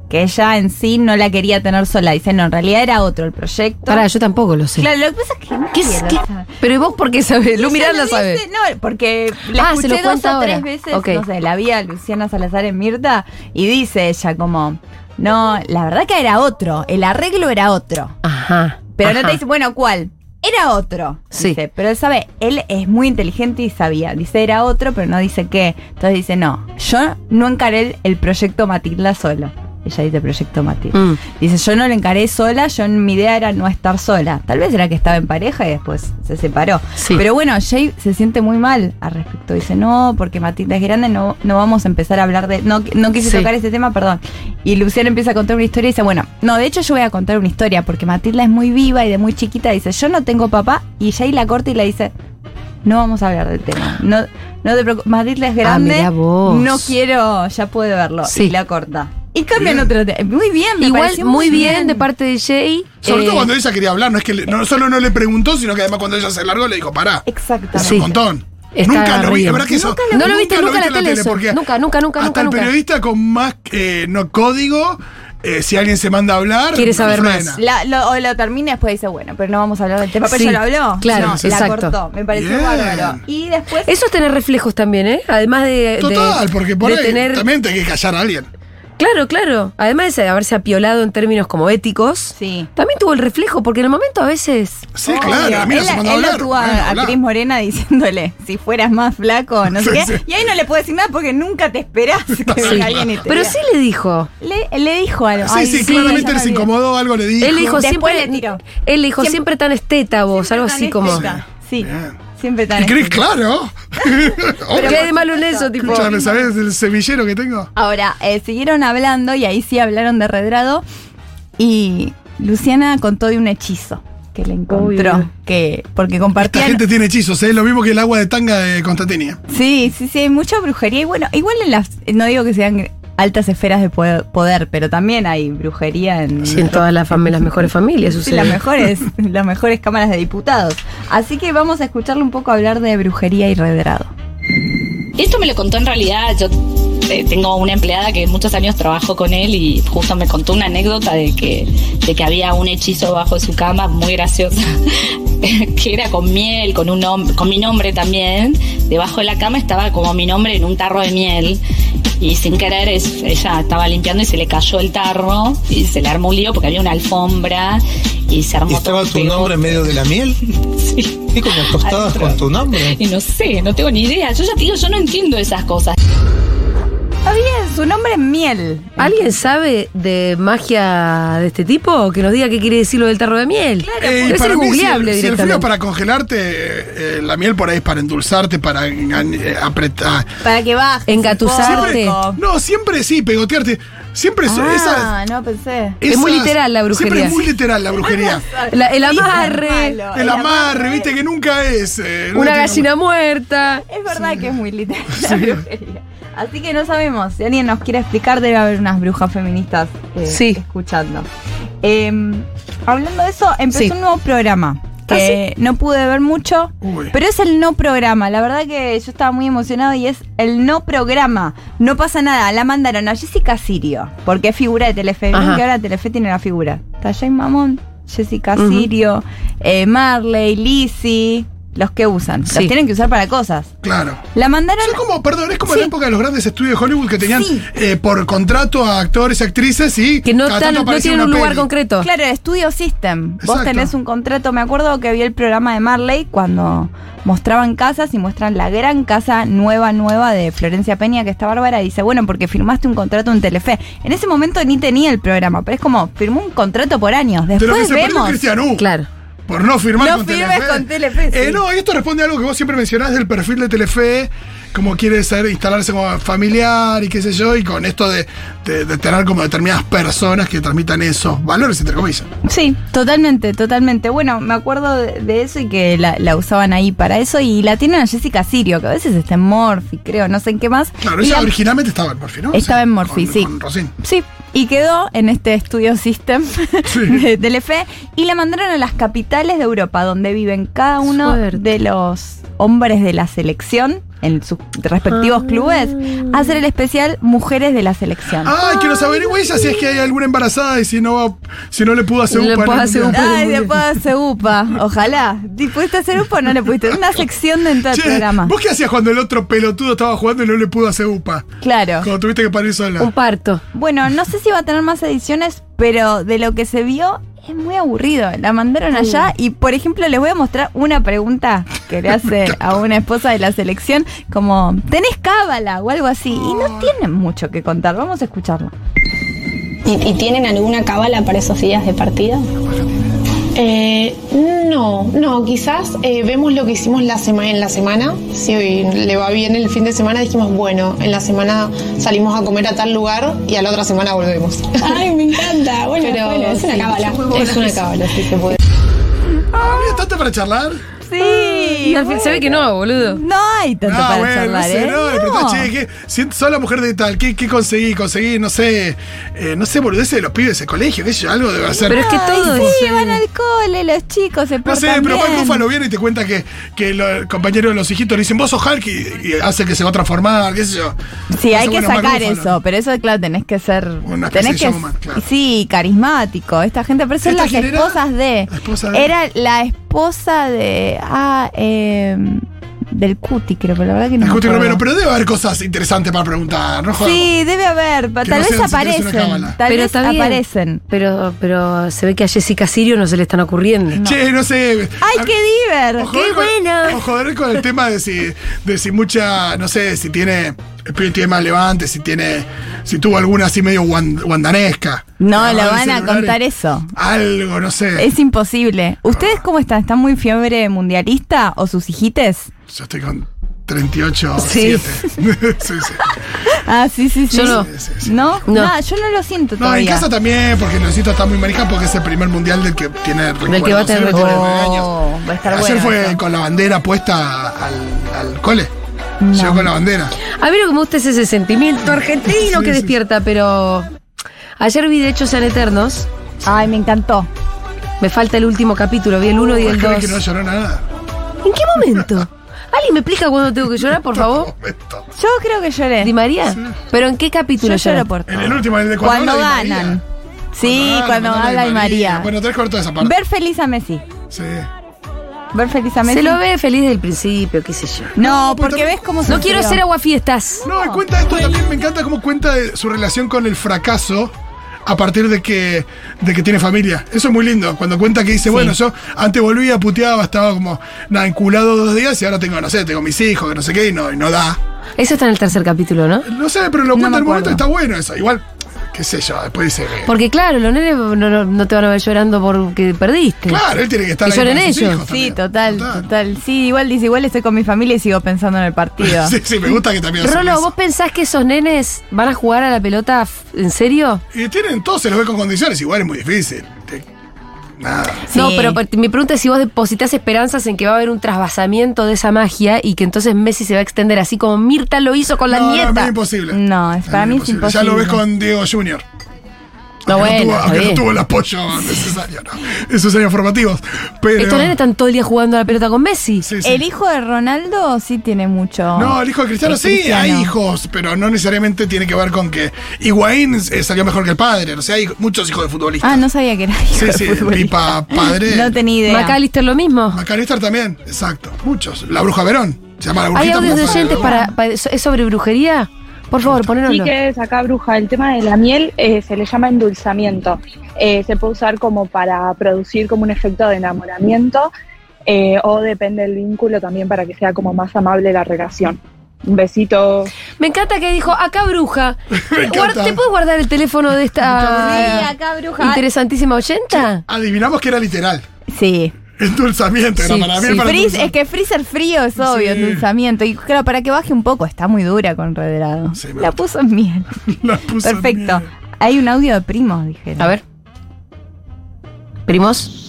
Speaker 7: que ella en sí no la quería tener sola. Dice, no, en realidad era otro el proyecto.
Speaker 6: Pará, yo tampoco lo sé.
Speaker 7: Claro, lo que pasa es que
Speaker 6: ¿Qué,
Speaker 7: nadie
Speaker 6: es-
Speaker 7: lo
Speaker 6: qué-
Speaker 7: sabe.
Speaker 6: Pero ¿y vos por qué sabés? Lu
Speaker 7: Ella
Speaker 6: Miranda
Speaker 7: lo
Speaker 6: sabe.
Speaker 7: dice- No, porque la
Speaker 6: Ah, se lo
Speaker 7: escuché dos
Speaker 6: cuenta
Speaker 7: o tres
Speaker 6: ahora.
Speaker 7: veces,
Speaker 6: Ok.
Speaker 7: no sé, la vi a Luciana Salazar en Mirta y dice ella como, no, la verdad que era otro, el arreglo era otro.
Speaker 6: Ajá.
Speaker 7: Pero no
Speaker 6: ajá.
Speaker 7: te dice, bueno, ¿cuál? Era otro.
Speaker 6: Sí.
Speaker 7: Dice, pero él sabe, él es muy inteligente y sabía. Dice, era otro, pero no dice qué. Entonces dice, no, yo no encaré el, el proyecto Matilda solo. Ella dice proyecto Matilda.
Speaker 6: Mm.
Speaker 7: Dice, yo no lo encaré sola, yo mi idea era no estar sola. Tal vez era que estaba en pareja y después se separó.
Speaker 6: Sí.
Speaker 7: Pero bueno, Jay se siente muy mal al respecto. Dice, no, porque Matilda es grande, no, no vamos a empezar a hablar de... No, no quise
Speaker 6: Sí.
Speaker 7: tocar ese tema, perdón. Y Luciana empieza a contar una historia y dice, bueno, no, de hecho yo voy a contar una historia, porque Matilda es muy viva y de muy chiquita dice, yo no tengo papá. Y Jay la corta y le dice, no vamos a hablar del tema. No, no te preocupes, Matilda es grande.
Speaker 6: Ah, mirá vos.
Speaker 7: No quiero, ya puede verlo.
Speaker 6: Sí.
Speaker 7: Y la corta. Y cambian otro tema. Muy bien, me
Speaker 6: Igual,
Speaker 7: pareció
Speaker 6: muy bien, de parte de Jay.
Speaker 2: Sobre
Speaker 6: eh,
Speaker 2: todo cuando ella quería hablar, no es que le- no solo no le preguntó, sino que además cuando ella se largó le dijo, pará,
Speaker 7: Exactamente.
Speaker 2: es
Speaker 6: Eh, Sí.
Speaker 2: un montón.
Speaker 6: Está
Speaker 2: nunca lo vi,
Speaker 6: horrible.
Speaker 2: la verdad que eso-
Speaker 6: Nunca lo- No lo viste nunca en la tele eso. Nunca, nunca, nunca,
Speaker 2: Hasta
Speaker 6: nunca,
Speaker 2: el
Speaker 6: nunca.
Speaker 2: periodista con más eh, no código, eh, si alguien se manda a hablar,
Speaker 6: Quiere
Speaker 2: lo
Speaker 6: saber
Speaker 2: frena.
Speaker 6: más.
Speaker 7: La- lo, o lo termina y después dice, bueno, pero no vamos a hablar del tema. Pero
Speaker 6: Sí,
Speaker 7: ya lo habló.
Speaker 6: claro,
Speaker 7: la
Speaker 6: exacto.
Speaker 7: cortó. Me pareció
Speaker 2: Bien.
Speaker 7: bárbaro. Y después.
Speaker 6: Eso es tener reflejos también, ¿eh? Además de. de-
Speaker 2: Total, porque por
Speaker 6: de
Speaker 2: ahí
Speaker 6: tener.
Speaker 2: también te hay que callar a alguien.
Speaker 6: Claro, claro. Además de haberse apiolado en términos como éticos.
Speaker 7: Sí.
Speaker 6: También tuvo el reflejo, porque en el momento a veces.
Speaker 2: Sí,
Speaker 7: Obvio.
Speaker 2: claro, mira,
Speaker 7: él,
Speaker 2: se mandó a
Speaker 7: él lo
Speaker 2: hablar.
Speaker 7: tuvo a-
Speaker 2: bueno,
Speaker 7: a,
Speaker 2: habla.
Speaker 7: Cris Morena diciéndole, si fueras más flaco, no sé
Speaker 2: Sí,
Speaker 7: qué.
Speaker 2: sí.
Speaker 7: Y ahí no le puede decir nada porque nunca te esperás que venga alguien y te
Speaker 6: Pero
Speaker 7: diga.
Speaker 6: sí le dijo.
Speaker 7: Le, le dijo algo.
Speaker 2: Sí,
Speaker 7: Ay,
Speaker 2: sí,
Speaker 7: ya
Speaker 2: claramente
Speaker 7: me
Speaker 2: les
Speaker 7: olvidé.
Speaker 2: incomodó, algo le dijo.
Speaker 6: Él le dijo
Speaker 7: Después
Speaker 6: siempre.
Speaker 7: le tiró.
Speaker 6: él le dijo
Speaker 7: Siempre-
Speaker 6: siempre tan esteta vos, algo
Speaker 7: Tan
Speaker 6: así como.
Speaker 7: esteta. Sí,
Speaker 2: Bien.
Speaker 7: siempre tan
Speaker 2: ¿Y crees?
Speaker 7: esteta.
Speaker 2: Claro.
Speaker 6: ¿Qué hay de malo en eso, tipo?
Speaker 2: Escúchame, ¿sabes el semillero que tengo?
Speaker 7: Ahora, eh, siguieron hablando y ahí sí hablaron de Redrado. Y Luciana contó de un hechizo que le encontró.
Speaker 6: Uy.
Speaker 7: que Porque
Speaker 2: Esta
Speaker 7: compartían.
Speaker 2: gente tiene hechizos, es lo mismo que el agua de tanga de Constantini.
Speaker 7: Sí, sí, sí, hay mucha brujería. Y bueno, igual en las. No digo que sean altas esferas de poder, poder, pero también hay brujería en.
Speaker 6: Sí, en todas las, fam- las mejores familias
Speaker 7: Sí,
Speaker 6: sucede.
Speaker 7: las mejores, las mejores cámaras de diputados. Así que vamos a escucharle un poco hablar de brujería y redrado.
Speaker 9: Esto me lo contó en realidad, yo eh, tengo una empleada que muchos años trabajo con él y justo me contó una anécdota de que, de que había un hechizo bajo su cama muy graciosa, que era con miel, con, un nom- con mi nombre también. Debajo de la cama estaba como mi nombre en un tarro de miel y sin querer es- ella estaba limpiando y se le cayó el tarro y se le armó un lío porque había una alfombra y se armó...
Speaker 10: ¿Estaba
Speaker 9: todo un
Speaker 10: tu
Speaker 9: pegote.
Speaker 10: nombre en medio de la miel?
Speaker 9: Sí.
Speaker 10: ¿Y como tostadas
Speaker 9: Adentro.
Speaker 10: con tu nombre?
Speaker 9: Y no sé, no tengo ni idea. Yo ya te digo, yo no entiendo esas cosas.
Speaker 7: Había su nombre en miel.
Speaker 6: ¿Alguien sabe de magia de este tipo? Que nos diga qué quiere decir lo del tarro de miel.
Speaker 2: Eh, y
Speaker 6: Puede ser
Speaker 2: para mí, si-
Speaker 6: googleable
Speaker 2: si, el frío es
Speaker 6: directamente.
Speaker 2: para congelarte, eh, eh, la miel por ahí es para endulzarte, para engan- eh, apretar.
Speaker 7: Para que baje.
Speaker 6: Engatusarte.
Speaker 2: No, siempre sí, pegotearte. Siempre es-
Speaker 7: Ah,
Speaker 2: esas-
Speaker 7: no pensé.
Speaker 6: es muy literal la brujería.
Speaker 2: Siempre es muy literal la brujería.
Speaker 6: La- el amarre,
Speaker 7: malo.
Speaker 2: El amarre, viste que nunca es. eh, no
Speaker 6: una
Speaker 2: tiene-
Speaker 6: gallina muerta.
Speaker 7: Es verdad que es muy literal la brujería. Así que no sabemos. Si alguien nos quiere explicar, debe haber unas brujas feministas eh,
Speaker 6: Sí.
Speaker 7: escuchando. Eh, hablando de eso, empezó
Speaker 6: Sí. ¿Ah,
Speaker 7: un nuevo programa. Que no pude ver mucho,
Speaker 2: Uy.
Speaker 7: pero es el no programa. La verdad que yo estaba muy emocionado y es el no programa. No pasa nada. La mandaron a Jessica Sirio, porque es figura de Telefe. Vieron
Speaker 6: Ajá.
Speaker 7: que ahora Telefe tiene la figura. Está Jane Mamón, Jessica Sirio, eh, Marley, Lizzie, los que usan.
Speaker 6: Sí.
Speaker 7: Los tienen que usar para cosas.
Speaker 2: Claro.
Speaker 7: La mandaron.
Speaker 2: Son como, perdón, es como la
Speaker 7: Sí.
Speaker 2: época de los grandes estudios de Hollywood que tenían
Speaker 7: Sí.
Speaker 2: eh, por contrato a actores y actrices y.
Speaker 6: Que no,
Speaker 2: cada
Speaker 6: tan-
Speaker 2: tanto
Speaker 6: no
Speaker 2: aparecía
Speaker 6: tienen
Speaker 2: una
Speaker 6: un lugar
Speaker 2: peli.
Speaker 6: concreto.
Speaker 7: Claro, el Studio System. Vos
Speaker 2: Exacto.
Speaker 7: tenés un contrato. Me acuerdo que vi el programa de Marley cuando mostraban casas y muestran la gran casa nueva, nueva de Florencia Peña, que está bárbara. Y dice, bueno, porque firmaste un contrato en Telefe. En ese momento ni tenía el programa, pero es como, firmó un contrato por años.
Speaker 2: De lo que
Speaker 7: Después
Speaker 2: se perdió
Speaker 7: vemos.
Speaker 2: Cristian U.
Speaker 6: Claro.
Speaker 2: Por no firmar
Speaker 7: No
Speaker 2: con
Speaker 7: firmes
Speaker 2: Telefe.
Speaker 7: con Telefe, sí.
Speaker 2: Eh, no, y esto responde a algo que vos siempre mencionás del perfil de Telefe, como quiere ser, instalarse como familiar y qué sé yo, y con esto de, de- de tener como determinadas personas que transmitan esos valores, entre comillas.
Speaker 7: Sí, totalmente, totalmente. Bueno, me acuerdo de, de eso y que la, la usaban ahí para eso. Y la tienen a Jessica Sirio, que a veces está en Morphy, creo, no sé en qué más.
Speaker 2: Claro,
Speaker 7: Y
Speaker 2: ella
Speaker 7: la-
Speaker 2: originalmente estaba en Morphy, ¿no?
Speaker 7: Estaba en Morphy,
Speaker 2: con-
Speaker 7: sí.
Speaker 2: Con Rosín.
Speaker 7: Sí, y quedó en este estudio system de Telefe y la mandaron a las capitales de Europa, donde viven cada uno
Speaker 6: Suerte.
Speaker 7: de los hombres de la selección en sus respectivos clubes, a hacer el especial Mujeres de la Selección.
Speaker 2: Ay, quiero saber, güey, si es que hay alguna embarazada y si no, va- si no le pudo hacer
Speaker 6: Le
Speaker 2: un
Speaker 6: puedo hacer un
Speaker 2: pan.
Speaker 7: Ay, después hace UPA, ojalá. ¿Te ¿Pudiste hacer UPA o no le pudiste? Una sección dentro del
Speaker 2: Che,
Speaker 7: programa.
Speaker 2: ¿Vos qué hacías cuando el otro pelotudo estaba jugando y no le pudo hacer upa?
Speaker 7: Claro.
Speaker 2: Cuando tuviste que parir sola.
Speaker 6: Un parto.
Speaker 7: Bueno, no sé si va a tener más ediciones, pero de lo que se vio es muy aburrido. La mandaron allá y, por ejemplo, les voy a mostrar una pregunta que le hace a una esposa de la selección, como, ¿tenés cábala o algo así? Y no tienen mucho que contar, vamos a escucharlo.
Speaker 9: ¿Y, y tienen alguna cábala para esos días de partido?
Speaker 10: Eh, no, no, quizás eh, vemos lo que hicimos la semana en la semana. Si hoy le va bien el fin de semana, dijimos, bueno, en la semana salimos a comer a tal lugar y a la otra semana volvemos.
Speaker 9: Ay, me encanta. Bueno,
Speaker 10: Pero
Speaker 9: bueno, es una
Speaker 10: sí,
Speaker 9: cábala.
Speaker 10: es una cábala, sí se puede.
Speaker 2: ¿Había tanto para charlar?
Speaker 7: Sí.
Speaker 6: Y al fin se ve que no, boludo.
Speaker 7: No hay tanto
Speaker 2: Ah,
Speaker 7: para
Speaker 2: bueno,
Speaker 7: charlar,
Speaker 2: ese
Speaker 7: ¿eh?
Speaker 2: no, le preguntás, che, ¿qué, si sos la mujer de tal, ¿qué, qué conseguí? Conseguí, no sé, eh, no sé, boludeces de los pibes de ese colegio, qué sé yo, algo debe hacer.
Speaker 6: Pero es que
Speaker 7: Ay,
Speaker 6: todo
Speaker 7: sí,
Speaker 6: es,
Speaker 7: van
Speaker 6: eh,
Speaker 7: al cole, los chicos se
Speaker 2: no
Speaker 7: portan
Speaker 2: sé, pero Juan
Speaker 7: bien.
Speaker 2: Rúfalo viene y te cuenta que, que lo- el compañero de los hijitos le dicen, vos sos Hulk y, y hace que se va a transformar, qué sé yo.
Speaker 7: Sí, hay
Speaker 2: Ese,
Speaker 7: que
Speaker 2: bueno, Mark
Speaker 7: sacar
Speaker 2: Ruffalo.
Speaker 7: eso, pero eso, claro, tenés que ser.
Speaker 2: Una especie
Speaker 7: tenés
Speaker 2: de
Speaker 7: que.
Speaker 2: showman, claro.
Speaker 7: Sí, carismático. Esta gente, pero son
Speaker 2: ¿Esta
Speaker 7: las
Speaker 2: quién era?
Speaker 7: esposas de,
Speaker 2: La esposa de-
Speaker 7: Era la esposa de. Ah, eh, del Cuti, creo, pero la verdad que no. me
Speaker 2: Discutir
Speaker 7: acuerdo.
Speaker 2: Romero, pero debe haber cosas interesantes para preguntar, ¿no? Juan?
Speaker 7: Sí, debe haber. pa-
Speaker 2: Que
Speaker 7: Tal
Speaker 2: no
Speaker 7: vez
Speaker 2: sean siquiera una
Speaker 7: aparecen.
Speaker 2: cábala.
Speaker 7: Tal
Speaker 6: Pero
Speaker 7: vez
Speaker 6: está bien.
Speaker 7: aparecen.
Speaker 6: Pero, pero se ve que a Jessica Sirio no se le están ocurriendo.
Speaker 2: Che, no sé.
Speaker 7: ¡Ay,
Speaker 2: a-
Speaker 7: qué diver!
Speaker 2: o
Speaker 6: qué
Speaker 2: joder con-
Speaker 6: buena.
Speaker 2: O joder con el tema de si, de si mucha, no sé, si tiene. El pibe tiene más levante, si tiene. Si tuvo alguna así medio guan- guandanesca.
Speaker 7: No,
Speaker 2: Ah,
Speaker 7: la
Speaker 2: de
Speaker 7: van a
Speaker 2: celulares.
Speaker 7: contar eso.
Speaker 2: Algo, no sé.
Speaker 7: Es imposible. ¿Ustedes cómo están? ¿Están muy fiebre mundialista o sus hijites?
Speaker 2: Yo estoy con 38,
Speaker 6: Sí.
Speaker 2: 7. sí, sí.
Speaker 7: Ah, sí, sí, sí.
Speaker 6: Yo no.
Speaker 2: Sí, sí, sí.
Speaker 7: ¿No?
Speaker 6: No.
Speaker 7: Nada, yo no lo siento
Speaker 2: No, en
Speaker 7: todavía.
Speaker 2: casa también, porque Luisito está muy maricón porque es el primer mundial del que tiene
Speaker 6: Del que va a tener
Speaker 2: recuerdo, tiene nueve años.
Speaker 7: Oh, va a estar
Speaker 2: Ayer
Speaker 7: bueno
Speaker 2: fue
Speaker 7: eso.
Speaker 2: con la bandera puesta al, al cole.
Speaker 7: No.
Speaker 2: Llegó con la bandera.
Speaker 6: A mí lo que me gusta es ese sentimiento argentino que despierta, pero ayer vi De hecho sean eternos.
Speaker 7: Ay, me encantó.
Speaker 6: Me falta el último capítulo, vi el 1 y el
Speaker 2: Imagínate Pues que no
Speaker 6: 2.
Speaker 2: lloró nada.
Speaker 6: ¿En qué momento? ¿Alguien me explica cuándo tengo que llorar, por favor?
Speaker 2: Momento.
Speaker 7: Yo creo que lloré.
Speaker 6: Di María. ¿pero en qué capítulo
Speaker 7: Yo lloro
Speaker 6: llora?
Speaker 7: por
Speaker 2: En
Speaker 7: todo.
Speaker 2: el último, el de
Speaker 7: Cuando
Speaker 2: habla Di
Speaker 7: ganan.
Speaker 2: María.
Speaker 7: Sí, cuando
Speaker 2: habla
Speaker 7: habla
Speaker 2: Di
Speaker 7: y María.
Speaker 2: Bueno, tenés que ver toda esa parte.
Speaker 7: Ver feliz a Messi.
Speaker 2: Sí.
Speaker 7: Ver feliz a Messi.
Speaker 6: Se lo ve feliz del principio, qué sé yo.
Speaker 7: No,
Speaker 2: pues
Speaker 7: porque
Speaker 2: también-
Speaker 7: ves cómo
Speaker 6: No quiero ser
Speaker 7: sufrió.
Speaker 6: aguafiestas.
Speaker 2: No, y cuenta esto también, me encanta cómo cuenta de su relación con el fracaso a partir de que, de que tiene familia. Eso es muy lindo. Cuando cuenta que dice, bueno, yo antes volvía, puteaba, estaba como nada, enculado dos días y ahora tengo, no sé, tengo mis hijos, que no sé qué, y no, y no da.
Speaker 6: Eso está en el tercer capítulo, ¿no?
Speaker 2: No sé, pero lo cuenta
Speaker 7: me
Speaker 2: en el
Speaker 7: acuerdo.
Speaker 2: momento, está bueno eso. Igual, qué sé yo, después dice. que-
Speaker 6: Porque claro, los nenes no, no- no te van a ver llorando porque perdiste.
Speaker 2: Claro, él tiene que estar
Speaker 6: Que
Speaker 2: ahí
Speaker 6: lloren
Speaker 2: con sus
Speaker 6: ellos.
Speaker 2: hijos
Speaker 7: Sí,
Speaker 2: también.
Speaker 7: total, total. Sí, igual dice, igual estoy con mi familia y sigo pensando en el partido.
Speaker 2: Sí, sí, me gusta que también hacen
Speaker 6: Rolo,
Speaker 2: eso.
Speaker 6: ¿vos pensás que esos nenes van a jugar a la pelota f- en serio?
Speaker 2: Y tienen todos, se los ve con condiciones, igual es muy difícil. Te- Nada.
Speaker 7: Sí.
Speaker 6: No, pero per- mi pregunta es si vos depositas esperanzas en que va a haber un trasvasamiento de esa magia y que entonces Messi se va a extender así como Mirta lo hizo con la
Speaker 2: no, no, es medio
Speaker 6: nieta.
Speaker 2: imposible.
Speaker 7: No, es- para
Speaker 2: medio
Speaker 7: mí es
Speaker 2: Ya lo ves
Speaker 7: imposible.
Speaker 2: con Diego Junior.
Speaker 6: No, bueno,
Speaker 2: aunque tuvo,
Speaker 6: está
Speaker 2: aunque no
Speaker 6: bien.
Speaker 2: tuvo el apoyo necesario, ¿no? Esos años formativos. Pero.
Speaker 6: Estos nenes están todo el día jugando a la pelota con Messi.
Speaker 2: Sí, sí.
Speaker 7: El hijo de Ronaldo sí tiene mucho.
Speaker 2: No, el hijo de Cristiano
Speaker 7: Es
Speaker 2: sí,
Speaker 7: Cristiano.
Speaker 2: hay hijos, pero no necesariamente tiene que ver con que Higuaín eh, salió mejor que el padre. O sea, hay muchos hijos de futbolistas.
Speaker 7: Ah, no sabía que era hijo
Speaker 2: Sí,
Speaker 7: de
Speaker 2: sí,
Speaker 7: futbolista.
Speaker 2: Pipa padre.
Speaker 7: No tenía idea.
Speaker 6: Macalister lo mismo.
Speaker 2: Macalister también, exacto. Muchos. La bruja Verón. Se llama la
Speaker 6: ¿Hay
Speaker 2: brujita.
Speaker 6: audios
Speaker 2: porque
Speaker 6: de
Speaker 2: fue-
Speaker 6: oyentes para, para- ¿Es sobre brujería? Por favor, ponénoslo.
Speaker 10: es acá bruja, el tema de la miel eh, se le llama endulzamiento. Eh, se puede usar como para producir como un efecto de enamoramiento eh, o depende del vínculo también para que sea como más amable la relación. Un besito.
Speaker 6: Me encanta que dijo, acá bruja.
Speaker 2: Me
Speaker 6: Guar-
Speaker 2: encanta.
Speaker 6: ¿Te puedes guardar el teléfono de esta
Speaker 7: acá, bruja.
Speaker 6: interesantísima oyenta?
Speaker 2: Adivinamos que era literal.
Speaker 7: Sí.
Speaker 2: Endulzamiento,
Speaker 7: Sí,
Speaker 2: era para
Speaker 7: sí.
Speaker 2: mí. para
Speaker 7: Freeze-
Speaker 2: endulzar.
Speaker 7: es que freezer frío es obvio,
Speaker 2: Sí.
Speaker 7: endulzamiento. Y claro, para que baje un poco, está muy dura con redrado.
Speaker 2: Sí, me
Speaker 7: La
Speaker 2: gusta.
Speaker 7: puso en miel.
Speaker 2: La puse
Speaker 7: Perfecto.
Speaker 2: bien.
Speaker 7: Hay un audio de primos, dije.
Speaker 6: A ver. Primos.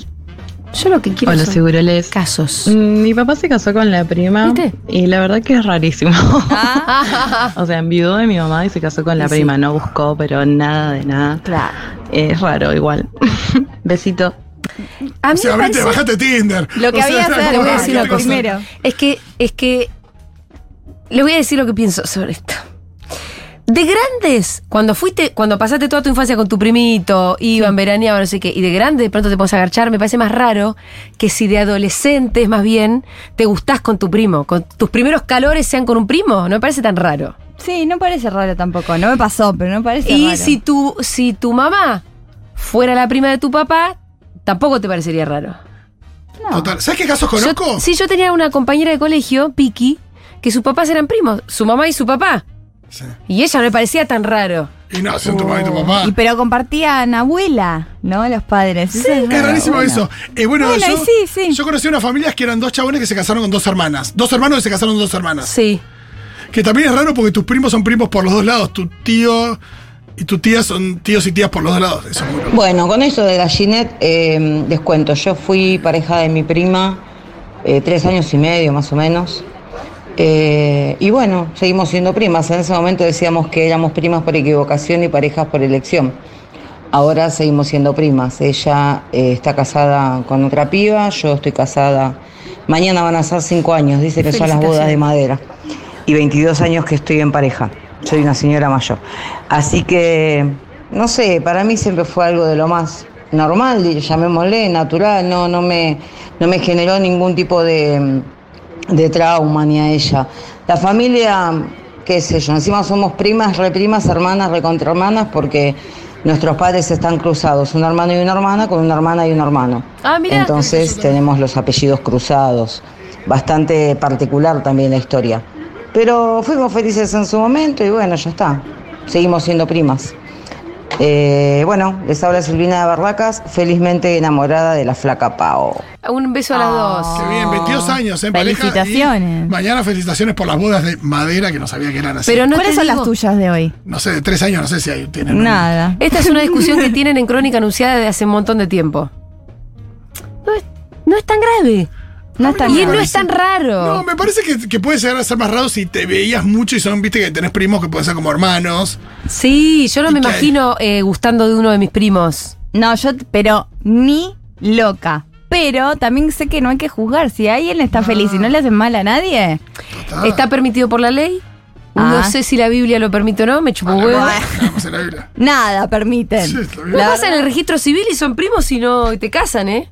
Speaker 11: Yo lo que quiero
Speaker 6: Hola,
Speaker 11: son
Speaker 6: seguroles. Casos.
Speaker 11: Mm, Mi papá se casó con la prima
Speaker 6: ¿Viste?
Speaker 11: y la verdad que es rarísimo.
Speaker 6: Ah,
Speaker 11: o sea, enviudó de mi mamá y se casó con la
Speaker 6: Sí.
Speaker 11: prima. No buscó, pero nada de nada.
Speaker 6: claro.
Speaker 11: Es raro igual. Besito.
Speaker 6: A mí
Speaker 2: O sea,
Speaker 6: me
Speaker 2: viste,
Speaker 6: parece-
Speaker 2: bajate Tinder.
Speaker 7: Lo que
Speaker 2: O sea,
Speaker 7: había que
Speaker 2: era
Speaker 7: hacer,
Speaker 2: como,
Speaker 7: voy a
Speaker 2: ah,
Speaker 7: decir
Speaker 2: ¿qué
Speaker 7: lo
Speaker 2: otra cosa?
Speaker 7: primero.
Speaker 6: Es que, es que. Les voy a decir lo que pienso sobre esto. De grandes, cuando fuiste, cuando pasaste toda tu infancia con tu primito, iban, veraneaban, no sé qué, y de grande de pronto te pones a agarchar, me parece más raro que si de adolescentes más bien te gustás con tu primo, con tus primeros calores sean con un primo, no me parece tan raro.
Speaker 7: Sí, no parece raro tampoco. No me pasó, pero no parece
Speaker 6: Y
Speaker 7: raro.
Speaker 6: si tu, si tu mamá fuera la prima de tu papá, tampoco te parecería raro.
Speaker 7: No.
Speaker 2: Total. ¿Sabes qué casos
Speaker 6: Yo-
Speaker 2: conozco?
Speaker 6: sí, yo tenía una compañera de colegio, Piki, que sus papás eran primos, su mamá y su papá.
Speaker 2: Sí.
Speaker 6: Y ella no le parecía tan raro.
Speaker 2: Y no, son tu mamá y tu
Speaker 7: Y
Speaker 2: papá.
Speaker 7: pero compartían abuela, ¿no? Los padres. Eso es
Speaker 2: Es
Speaker 7: raro,
Speaker 2: rarísimo
Speaker 7: bueno.
Speaker 2: eso. Eh, bueno,
Speaker 7: Bueno,
Speaker 2: yo,
Speaker 7: y sí, sí.
Speaker 2: yo conocí unas familias que eran dos chabones que se casaron con dos hermanas. Dos hermanos que se casaron con dos hermanas.
Speaker 6: Sí.
Speaker 2: Que también es raro porque tus primos son primos por los dos lados. Tu tío y tu tía son tíos y tías por los dos lados. Eso es muy
Speaker 7: Ah.
Speaker 2: loco.
Speaker 12: Bueno, con eso de Gallinet, eh, les cuento, yo fui pareja de mi prima eh, tres años y medio más o menos. Eh, y bueno, seguimos siendo primas. En ese momento decíamos que éramos primas por equivocación y parejas por elección. Ahora seguimos siendo primas. Ella eh, está casada con otra piba, yo estoy casada. Mañana van a ser cinco años, dice que son las bodas de madera. Y 22 años que estoy en pareja. Soy una señora mayor. Así que, no sé, para mí siempre fue algo de lo más normal, y llamémosle, natural. No, no, me, no me generó ningún tipo de... mm, de trauma ni a ella. La familia, qué sé yo, encima somos primas, reprimas, hermanas, recontrahermanas, porque nuestros padres están cruzados, un hermano y una hermana, con una hermana y un hermano.
Speaker 6: Ah, mirá.
Speaker 12: Entonces tenemos los apellidos cruzados. Bastante particular también la historia. Pero fuimos felices en su momento y bueno, ya está. Seguimos siendo primas. Eh, bueno, les habla Silvina de Barracas, felizmente enamorada de la flaca Pao.
Speaker 6: Un beso a las
Speaker 7: Ah.
Speaker 6: dos.
Speaker 2: Qué bien, 22 años en pareja. y
Speaker 7: Felicitaciones.
Speaker 2: Mañana felicitaciones por las bodas de madera que no sabía que eran así.
Speaker 6: Pero no
Speaker 7: ¿Cuáles
Speaker 6: te
Speaker 7: son
Speaker 6: digo-
Speaker 7: las tuyas de hoy?
Speaker 2: no sé, de tres años, no sé si ahí tienen.
Speaker 7: Nada.
Speaker 6: Esta es una discusión que tienen en Crónica Anunciada desde hace un montón de tiempo. No es, no es tan grave.
Speaker 7: No está
Speaker 6: y
Speaker 7: mal.
Speaker 6: no es tan
Speaker 2: No,
Speaker 6: raro.
Speaker 2: me parece que, que puede llegar a ser más raro si te veías mucho y son, viste, que tenés primos que pueden ser como hermanos.
Speaker 6: Sí, yo no me
Speaker 2: ¿Y qué?
Speaker 6: imagino eh, gustando de uno de mis primos.
Speaker 7: No, yo, t- pero ni loca. Pero también sé que no hay que juzgar. Si alguien está feliz y no le hacen mal a nadie.
Speaker 2: Total.
Speaker 6: ¿Está permitido por la ley? No
Speaker 7: Ah.
Speaker 6: sé si la Biblia lo permite o no, me chupo huevo.
Speaker 2: Vamos a la Biblia.
Speaker 7: Nada, permiten.
Speaker 2: Sí,
Speaker 7: Sí,
Speaker 2: está bien.
Speaker 6: No pasa en el registro civil y son primos y no y te casan, ¿eh?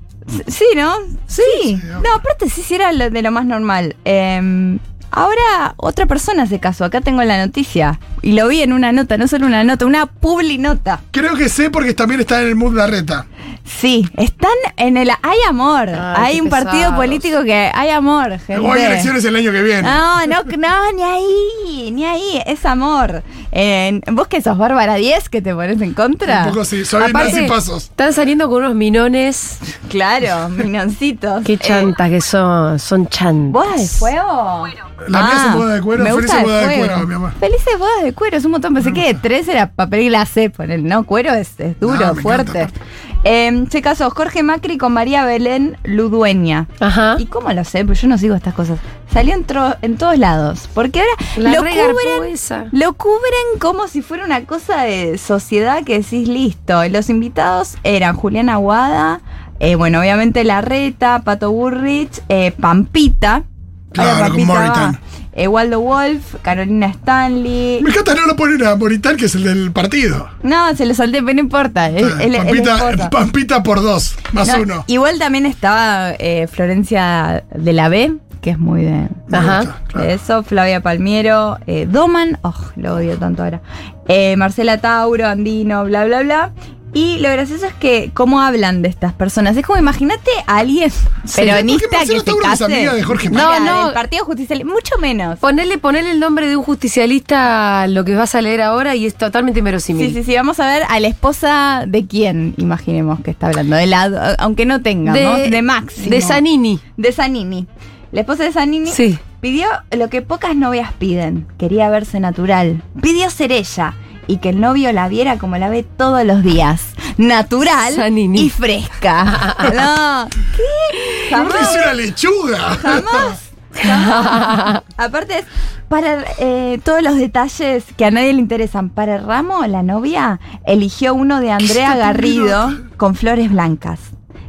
Speaker 7: ¿no? Sí. no, aparte sí, sí era lo- de lo más normal. Eh, ahora otra persona se casó. Acá tengo la noticia. Y lo vi en una nota, no solo una nota, una publinota.
Speaker 2: Creo que sé porque también está en el mood la reta.
Speaker 7: Sí, están en el... Hay amor. hay
Speaker 6: qué
Speaker 7: un partido
Speaker 6: pesados.
Speaker 7: político que hay amor, gente.
Speaker 2: O hay elecciones el año que viene.
Speaker 6: Ah,
Speaker 7: No, no, no, ni ahí, ni ahí, es amor. Eh, ¿Vos que sos Bárbara 10 que te pones en contra?
Speaker 2: Un poco sí, soy
Speaker 7: Aparte-
Speaker 2: Nancy Pasos.
Speaker 6: Están saliendo con unos minones.
Speaker 7: Claro, minoncitos.
Speaker 6: Qué chantas que son, son chantas.
Speaker 7: ¿Bodas de fuego?
Speaker 2: La mía
Speaker 7: Ah,
Speaker 2: se boda de cuero,
Speaker 7: me
Speaker 2: Feliz
Speaker 7: gusta
Speaker 2: se
Speaker 7: el
Speaker 2: boda de
Speaker 7: fuego.
Speaker 2: cuero, mi amor.
Speaker 7: Felices bodas de cuero, es un montón. Pensé que de tres era papel glacé, ponele. No, cuero es, es duro,
Speaker 2: No, me
Speaker 7: fuerte.
Speaker 2: encanta,
Speaker 7: Eh, se casó Jorge Macri con María Belén Ludueña.
Speaker 6: Ajá.
Speaker 7: ¿Y cómo lo sé? Pues yo no sigo estas cosas. Salió en, tro- en todos lados. Porque ahora
Speaker 6: La
Speaker 7: lo
Speaker 6: re garpó
Speaker 7: cubren,
Speaker 6: esa.
Speaker 7: lo cubren como si fuera una cosa de sociedad que decís listo. Y Los invitados eran Julián Aguada, eh, bueno, obviamente Larreta, Pato Burrich, eh, Pampita.
Speaker 2: Claro,
Speaker 7: Ahora
Speaker 2: con Moritán.
Speaker 7: va. Eh, Waldo Wolf, Carolina Stanley.
Speaker 2: Me encanta no lo ponen a Moritán, que es el del partido.
Speaker 7: No, se lo salté, pero no importa. eh, él- él- él es
Speaker 2: Pampita,
Speaker 7: Jota.
Speaker 2: Pampita por dos, más
Speaker 7: No,
Speaker 2: uno.
Speaker 7: Igual también estaba eh, Florencia de la B, que es muy de,
Speaker 2: Me
Speaker 6: Ajá.
Speaker 2: gusta, claro.
Speaker 7: de eso, Flavia Palmiero, eh, Doman, oh, lo odio tanto ahora, eh, Marcela Tauro, Andino, bla, bla, bla. Y lo gracioso es que cómo hablan de estas personas. Es como imagínate a alguien peronista que se case.
Speaker 6: No, no.
Speaker 7: del Partido Justicial, mucho menos.
Speaker 6: Ponerle, ponerle el nombre de un justicialista a lo que vas a leer ahora y es totalmente inverosímil.
Speaker 7: Sí, sí, sí. Vamos a ver a la esposa de quién, imaginemos que está hablando. De la, aunque no tenga,
Speaker 6: De-
Speaker 7: ¿no? De Maxi.
Speaker 6: de Zanini.
Speaker 7: De Zanini. La esposa de Zanini
Speaker 6: Sí.
Speaker 7: pidió lo que pocas novias piden. Quería verse natural. Pidió ser ella. Y que el novio la viera como la ve todos los días. Natural
Speaker 6: Zanini.
Speaker 7: y fresca. no. ¿Qué? Jamás.
Speaker 2: Es una lechuga.
Speaker 7: Jamás. jamás. Aparte, es para eh, todos los detalles que a nadie le interesan. Para el ramo, la novia eligió uno de Andrea Garrido con flores blancas.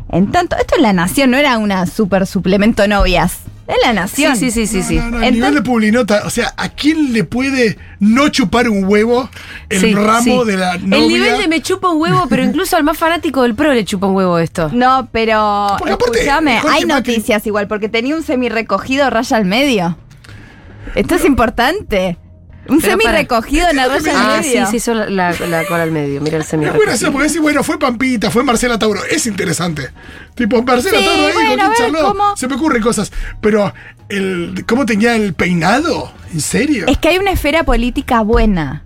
Speaker 7: En tanto, esto en La Nación no era una super suplemento novias. En La Nación.
Speaker 6: Sí, sí, sí, sí, sí.
Speaker 2: No, no, el
Speaker 7: Entonces-
Speaker 2: nivel de publinota, o sea, ¿a quién le puede no chupar un huevo el
Speaker 6: Sí,
Speaker 2: ramo
Speaker 6: sí.
Speaker 2: de la novia?
Speaker 6: El nivel de me chupa un huevo, pero incluso al más fanático del pro le chupa un huevo esto.
Speaker 7: No, pero
Speaker 2: Porque aparte,
Speaker 7: escúchame,
Speaker 2: Jorge
Speaker 7: hay
Speaker 2: Macri-
Speaker 7: noticias igual, porque tenía un semi recogido raya al medio. Esto es importante. Un
Speaker 6: Pero
Speaker 7: semi
Speaker 6: para-
Speaker 7: recogido en la raya al
Speaker 6: Ah, sí,
Speaker 7: medio.
Speaker 6: sí, hizo la, la, la cola al medio. Mira el
Speaker 2: Es
Speaker 6: semirrecorte.
Speaker 2: muy gracioso porque decís, bueno, fue Pampita, fue Marcela Tauro. Es interesante. Tipo, Marcela
Speaker 7: Sí,
Speaker 2: Tauro ahí,
Speaker 7: bueno,
Speaker 2: ¿con
Speaker 7: a ver,
Speaker 2: quién charló?
Speaker 7: ¿cómo?
Speaker 2: Se me ocurren cosas. Pero, el, ¿cómo tenía el peinado? ¿En serio?
Speaker 7: Es que hay una esfera política buena.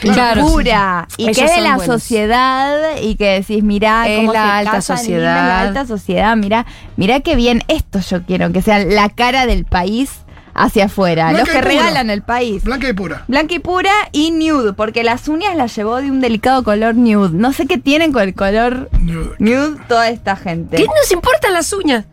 Speaker 6: Claro.
Speaker 7: pura y
Speaker 6: Ellos
Speaker 7: que es de
Speaker 6: son
Speaker 7: la
Speaker 6: buenos.
Speaker 7: sociedad y que decís mirá
Speaker 6: Es
Speaker 7: cómo
Speaker 6: la
Speaker 7: se
Speaker 6: alta
Speaker 7: casan, viven en la
Speaker 6: sociedad.
Speaker 7: alta sociedad mirá mirá qué bien esto yo quiero que sea la cara del país hacia afuera
Speaker 2: Blanca
Speaker 7: los que
Speaker 2: y pura.
Speaker 7: regalan el país
Speaker 2: Blanca y pura.
Speaker 7: Blanca y pura y nude, porque las uñas las llevó de un delicado color nude. No sé qué tienen con el color
Speaker 2: Nude.
Speaker 7: nude toda esta gente.
Speaker 6: ¿Qué nos importan las uñas?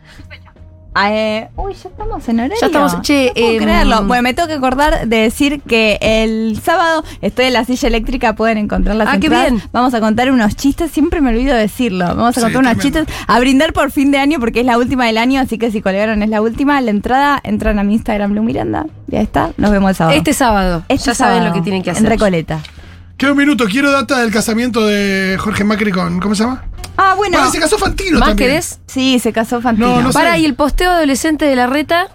Speaker 7: Ah, eh, uy, ya estamos en horario.
Speaker 6: Ya estamos- che,
Speaker 7: no puedo
Speaker 6: em,
Speaker 7: creerlo. Bueno, me tengo que acordar de decir que el sábado estoy en la silla eléctrica, pueden encontrar las
Speaker 6: Ah, qué
Speaker 7: entradas.
Speaker 6: bien.
Speaker 7: Vamos a contar unos chistes, siempre me olvido decirlo. Vamos a
Speaker 2: Sí,
Speaker 7: contar unos
Speaker 2: tremendo.
Speaker 7: chistes, a brindar por fin de año porque es la última del año, así que si colgaron es la última, la entrada, entran a mi Instagram Lu Miranda. Ya está, nos vemos el sábado.
Speaker 6: Este sábado.
Speaker 7: Este
Speaker 6: ya saben
Speaker 7: sábado,
Speaker 6: lo que tienen que
Speaker 7: En
Speaker 6: hacer.
Speaker 7: Recoleta.
Speaker 2: Queda un minuto, quiero data del casamiento de Jorge Macri con. ¿Cómo se llama?
Speaker 7: Ah, bueno.
Speaker 2: Pará, se casó Fantino
Speaker 6: ¿Más
Speaker 2: también.
Speaker 6: querés?
Speaker 7: Sí, se casó Fantino.
Speaker 2: No, no sé.
Speaker 6: Para, y el posteo adolescente de la reta.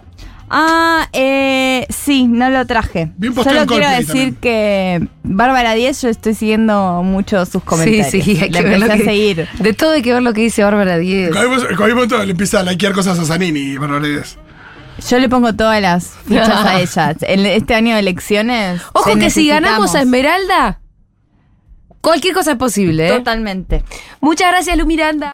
Speaker 7: Ah, eh, sí, no lo traje.
Speaker 2: Bien posteado
Speaker 7: Solo
Speaker 2: en
Speaker 7: quiero
Speaker 2: Coldplay
Speaker 7: decir
Speaker 2: también.
Speaker 7: que Bárbara Díez, yo estoy siguiendo mucho sus comentarios.
Speaker 6: Sí, sí, hay
Speaker 7: La
Speaker 6: que ver lo
Speaker 7: empecé
Speaker 6: que
Speaker 7: a seguir.
Speaker 6: De todo hay que ver lo que dice Bárbara Díez.
Speaker 2: Con algún- con algún momento le empieza a likear cosas a Zanini, barbaridades.
Speaker 7: Yo le pongo todas las fichas a ella. En este año de elecciones.
Speaker 6: Ojo
Speaker 7: te
Speaker 6: que si ganamos a
Speaker 7: necesitamos.
Speaker 6: Esmeralda, cualquier cosa es posible. ¿eh?
Speaker 7: Totalmente.
Speaker 6: Muchas gracias, Lu Miranda.